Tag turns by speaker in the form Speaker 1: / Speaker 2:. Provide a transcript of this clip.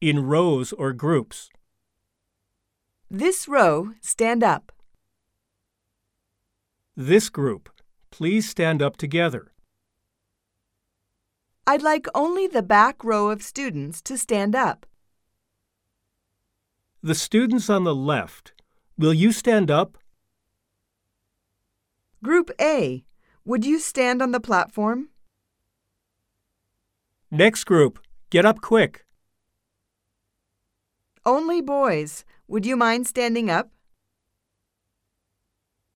Speaker 1: in rows or groups.
Speaker 2: This row, stand up.
Speaker 1: This group, please stand up together.
Speaker 2: I'd like only the back row of students to stand up.
Speaker 1: The students on the left, will you stand up?
Speaker 2: Group A, would you stand on the platform?
Speaker 1: Next group, get up quick.
Speaker 2: Only boys, would you mind standing up?